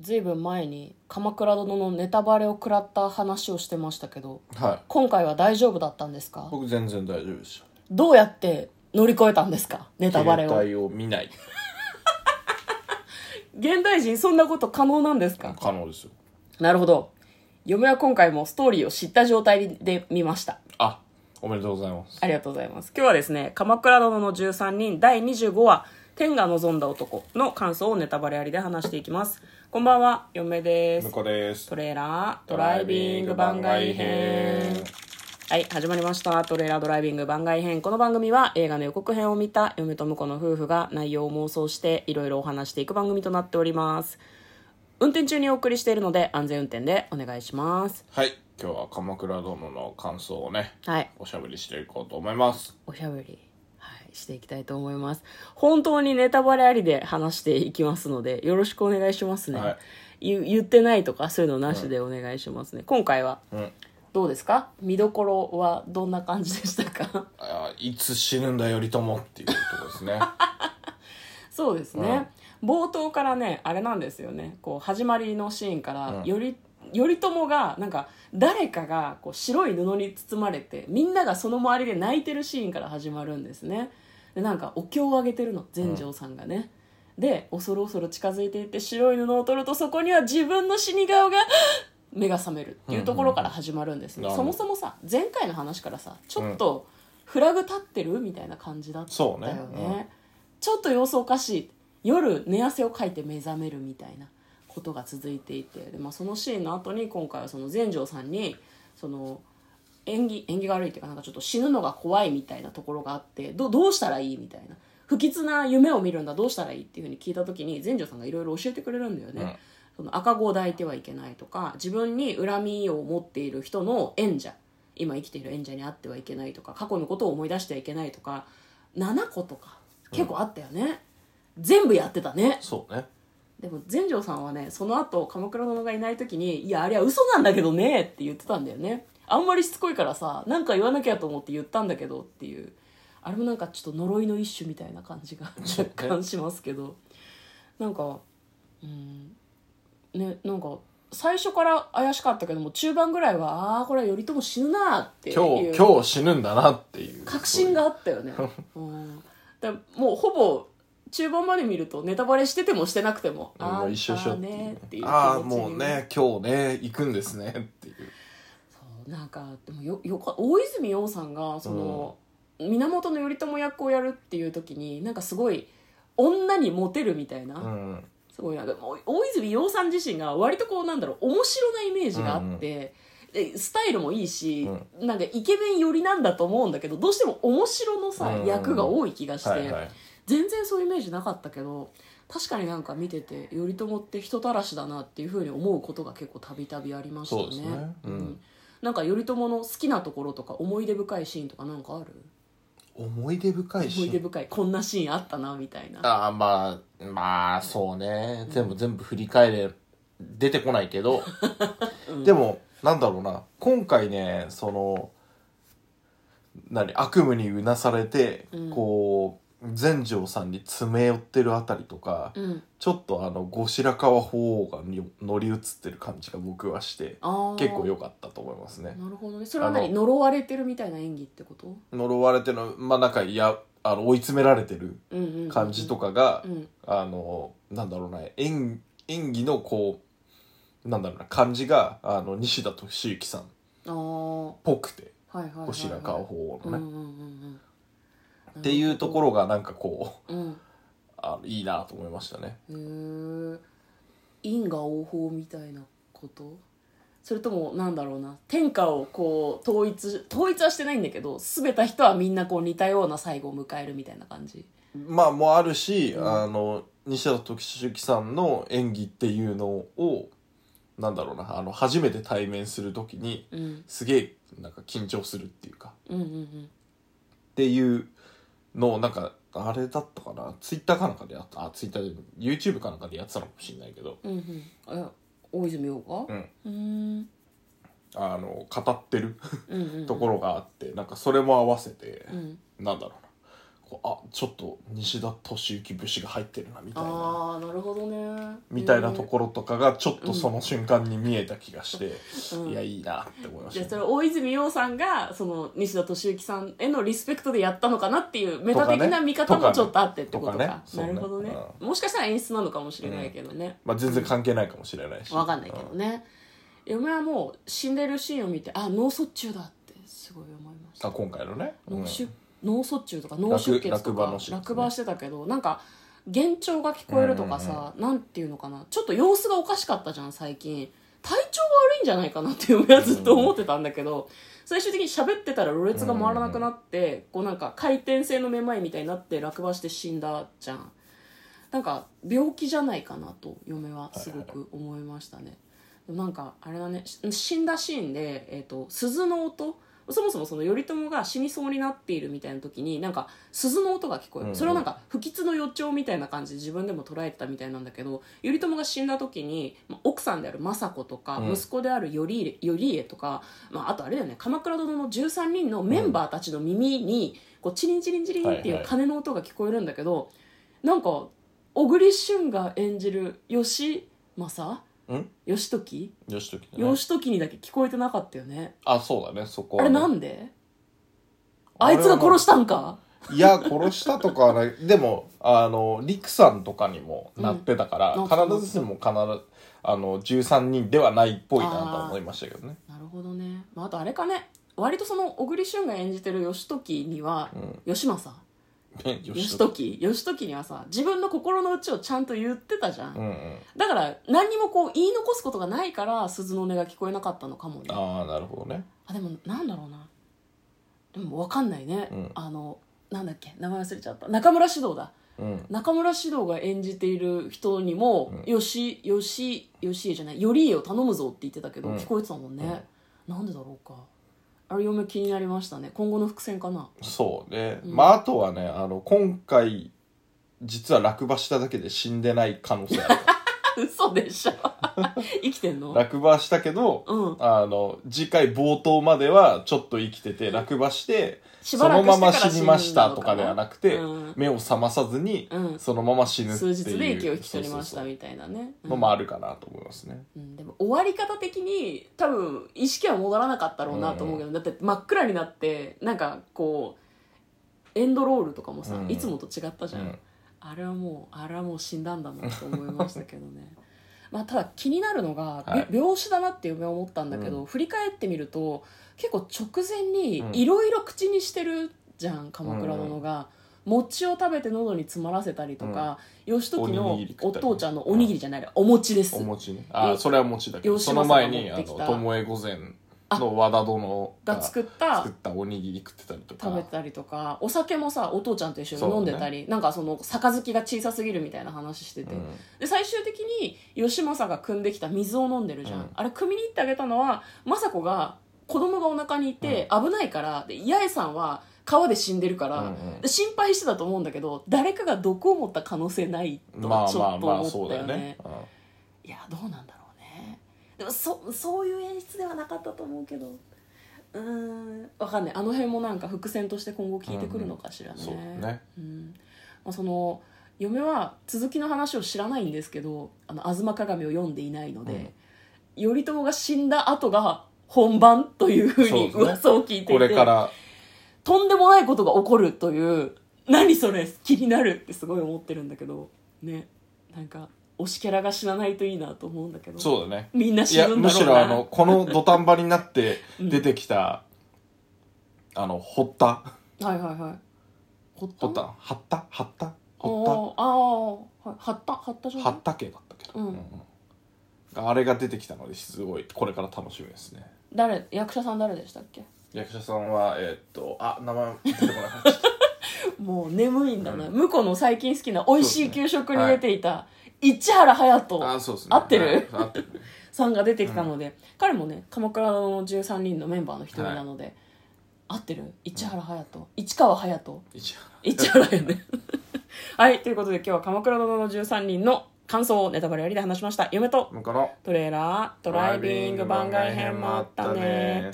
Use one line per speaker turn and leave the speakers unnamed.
ずいぶん前に「鎌倉殿」のネタバレを食らった話をしてましたけど
はい
今回は大丈夫だったんですか
僕全然大丈夫でし
どうやって乗り越えたんですかネ
た
タバレ
携
を
帯を見ない
現代人そんなこと可能なんですか
可能ですよ
なるほど嫁は今回もストーリーを知った状態で見ました
あおめでとうございます
ありがとうございます今日はですね「鎌倉殿の13人」第25話「天が望んだ男」の感想をネタバレありで話していきますこんばんは嫁です
向こうです
トレーラードライビング番外編はい始まりましたトレーラードライビング番外編この番組は映画の予告編を見た嫁と婿の夫婦が内容を妄想していろいろお話していく番組となっております運転中にお送りしているので安全運転でお願いします
はい今日は鎌倉殿の感想をね
はい
おしゃべりしていこうと思います
おしゃべり、はい、していきたいと思います本当にネタバレありで話していきますのでよろしくお願いしますね、
は
言言ってないとかそういうのなしでお願いしますね、今回は
うん
どうですか見どころはどんな感じでしたか
あいつ死ぬんだ頼朝っていうとこで すね
そうですね、冒頭からねあれなんですよねこう始まりのシーンから、
うん
より頼朝がなんか誰かがこう白い布に包まれてみんながその周りで泣いてるシーンから始まるんですねでなんかお経をあげてるの全成さんがね、で恐る恐る近づいていって白い布を取るとそこには自分の死に顔が 目が覚めるっていうところから始まるんですね、
うんうん
そもそもさ前回の話からさちょっとフラグ立ってるみたいな感じだった
そう
だ
ね
よね、ちょっと様子おかしい夜寝汗をかいて目覚めるみたいなことが続いていてで、まあ、そのシーンの後に今回はその全成さんにその縁起縁起が悪いっていうかなんかちょっと死ぬのが怖いみたいなところがあってどどうしたらいいみたいな不吉な夢を見るんだどうしたらいいっていうふうに聞いた時に全成さんがいろいろ教えてくれるんだよね。
うん
その赤子を抱いてはいけないとか自分に恨みを持っている人の縁者今生きている縁者に会ってはいけないとか過去のことを思い出してはいけないとか7個とか結構あったよね、全部やってたね
そうね
でも全成さんはねその後鎌倉殿がいない時に「いやあれは嘘なんだけどね」って言ってたんだよねあんまりしつこいからさなんか言わなきゃと思って言ったんだけどっていうあれもなんかちょっと呪いの一種みたいな感じが
そうね
若干しますけどなんかうんねなんか最初から怪しかったけども中盤ぐらいはああーこれは頼朝死ぬなっていう
今日今日死ぬんだなっていう
確信があったよね、うん、だからもうほぼ中盤まで見るとネタバレしててもしてなくても
そういうもう一緒一緒
あったねっていう気持ちに
ああもうね今日ね行くんですねっていう
そうなんかでもよよか大泉洋さんがその、源頼朝役をやるっていう時になんかすごい女にモテるみたいな、
うん
すごいなんかもう大泉洋さん自身が割とこうなんだろう面白なイメージがあって、でスタイルもいいし、なんかイケメン寄りなんだと思うんだけどどうしても面白のさ、
うん
役が多い気がして、
はいはい
全然そういうイメージなかったけど確かになんか見てて頼朝って人たらしだなっていうふうに思うことが結構たびたびありましたね
そうですねうん
なんか頼朝の好きなところとか思い出深いシーンとかなんかある
思い出深
思
い
い出
し
深いこんなシーンあったなみたいな
ああまあまあそうね全部全部振り返れ出てこない けど、でもなんだろうな今回ねその何悪夢にうなされて、
うん
こう全成さんに詰め寄ってるあたりとか、
うん
ちょっとあの後白河法皇がに乗り移ってる感じが僕はして
あー
結構良かったと思いますね
なるほどねそれは何
あの
呪われてるみたいな演技ってこと
呪われてるのまあなんかいやあの追い詰められてる
うんうんうんうん
感じとかが、
うん
あのなんだろうな演演技のこうなんだろうな感じがあの西田敏行さんっ
ああは
ぽくて
いはいはい、はい、
後白河法皇
うんう
の
んう
ね、
んうん
っていうところがなんかこう
うん
あいいなと思いましたね
へえ因果応報みたいなことそれともなんだろうな天下をこう統一統一はしてないんだけど全て人はみんなこう似たような最後を迎えるみたいな感じ
まあもうあるし、
うん
あの西田敏行さんの演技っていうのをなんだろうなあの初めて対面する時に
うん
すげえなんか緊張するっていうか
うんうんうん
っていうのをなんかあれだったかなツイッターかなんかでやったあツイッターで YouTube かなんかでやってたのかもしれないけど
うんうんえ大泉洋
う
が
ん
うーん
あの語ってる
うんうんうん
ところがあってなんかそれも合わせて、
うん
なんだろうなこうあちょっと西田敏行節が入ってるなみたいな
ああなるほどね
みたいなところとかがちょっとその瞬間に見えた気がして、いやいいなって思いま
じゃあそ
した
れ
ね、
は大泉洋さんがその西田敏行さんへのリスペクトでやったのかなっていうメタ的な見方
とか
も
ね
ちょっとあってってことか
とかねそ
な
うね
るほどね、もしかしたら演出なのかもしれないけどね、
まあ、全然関係ないかもしれないし
わかんないけどね、嫁はもう死んでるシーンを見てあ脳卒中だってすごい思いました
あ今回のね、うん
脳出脳卒中とか脳出血
落
と
馬の
か
手術ね
落馬してたけどなんか幻聴が聞こえるとかさ、なんていうのかなちょっと様子がおかしかったじゃん最近体調が悪いんじゃないかなっていうやずっと思ってたんだけど、最終的に喋ってたらろれつが回らなくなって、こうなんか回転性のめまいみたいになって落馬して死んだじゃんなんか病気じゃないかなと嫁はすごく思いましたね、でもなんかあれだねし死んだシーンで、えー、と鈴の音そもそもその頼朝が死にそうになっているみたいな時になんか鈴の音が聞こえる、
うん
それはなんか不吉の予兆みたいな感じで自分でも捉えてたみたいなんだけど頼朝が死んだ時にまあ奥さんである政子とか、
うん
息子である頼家頼家とか、まあ、あとあれだよね「鎌倉殿の13人」のメンバーたちの耳に、こうチリンチリンチリンってい
はいは
う
い
鐘の音が聞こえるんだけど、なんか小栗旬が演じる義政
うん
義時、
義時ね
義時にだけ聞こえてなかったよね
あそうだねそこ
あれ
はね、
なんであいつが殺したんか
いや殺したとかはないでもあの陸さんとかにもなってたから、
うん
必ずしも必ずあの13人ではないっぽいなとは思いましたけどね
なるほどね、まあ、あとあれかね割とその小栗旬が演じてる義時には、
うん
義政
義
義時義時にはさ自分の心の内をちゃんと言ってたじゃん、
うんうん
だから何にもこう言い残すことがないから鈴の音が聞こえなかったのかもねあ
ああなるほどね
でもなんだろうなでも分かんないね、
うん
あのなんだっけ名前忘れちゃった中村獅童だ
うん
中村獅童が演じている人にも「よしよしよしえ」じゃない「よりえを頼むぞ」って言ってたけど、
うん
聞こえてたもんね、なんでだろうかあれ嫁気になりましたね今後の伏線かな
そうね、まああとはねあの今回実は落馬しただけで死んでない可能 性ある
嘘でしょ 生きてんの
落馬したけど、
うん
あの次回冒頭まではちょっと生きてて落馬して
し
そ
ばら
の
くして
ま
から死ぬの
ま
かな
死にましたとかではなくて、
うん
目を覚まさずに、
うん
そのまま死ぬっていう
数日で息を引き取りまし
そ
た
うそう
みたいなね
そうのもあるかなと思いますね、
うん、でも終わり方的に多分意識は戻らなかったろうなと思うけど、だって真っ暗になってなんかこうエンドロールとかもさ、
うんうん
いつもと違ったじゃん、
うん
あれはもうあれはもう死んだんだなと思いましたけど ねまあただ気になるのが、
はい
び病死だなって夢を思ったんだけど、
う
振り返ってみると結構直前に
うん
いろいろ口にしてるじゃん鎌倉殿が、餅を食べて喉に詰まらせたりとか、義時
お
の
にぎり食
お
ったり
父ちゃんのおにぎりじゃない、お餅です
お餅ねあ
よ
それは餅だけど
よし
その前に
ま
あ
さか持って
の
きた
巴御前の和田殿
が作った
作ったおにぎり食ってたりとか
食べたりとかお酒もさお父ちゃんと一緒
そう
に
ね
飲んでたり、なんかその杯が小さすぎるみたいな話してて、
うん
で最終的に義政が汲んできた水を飲んでるじゃん、
うん
あれ汲みに行ってあげたのは政子が子供がお腹にいて危ないから、で八重さんは川で死んでるから、
うんうん
で心配してたと思うんだけど誰かが毒を持った可能性ないとちょ
まあ
っと
まあまあ
思
そ
っ
う
たよ
だよ
ね
ね、
いやどうなんだろうねでもそそういう演出ではなかったと思うけどうーんわかんないあの辺もなんか伏線として今後聞いてくるのかしらね、
うんそうね
うんまあ、その嫁は続きの話を知らないんですけど「あの吾妻鏡」を読んでいないので、頼朝が死んだ後が本番というふうに
そうですね
噂を聞いていて、
これから
とんでもないことが起こるという何それ気になるってすごい思ってるんだけどねなんか推しキャラが死なないといいなと思うんだけど
そうだね
みんない死
や
ぬん
む
だろ
し
うな
ろあのこの土壇場になって出てきた、あの堀田
はいはいはい堀
堀田張った張った堀田
ああああはったはったじゃ
張
ない
ったけだったけど、
うん
あれが出てきたのですごいこれから楽しみですね
誰役者さん誰でしたっけ
役者さんはえーっとあ名前出てこなかった
もう眠いんだな、
う
向こうの最近好きな「美味しい給食」に
そ
出
うですねはい
ていた市原隼
あ
人
そうですね
合ってる
はい合ってるね
さんが出てきたので、彼もね「鎌倉の13人」のメンバーの一人なので、合ってる市原隼人、市川隼人
一応
市原やねはいということで今日は「鎌倉殿の13人」の感想をネタバレありで話しました嫁と
向こうの
トレーラードライビング番外編もあったね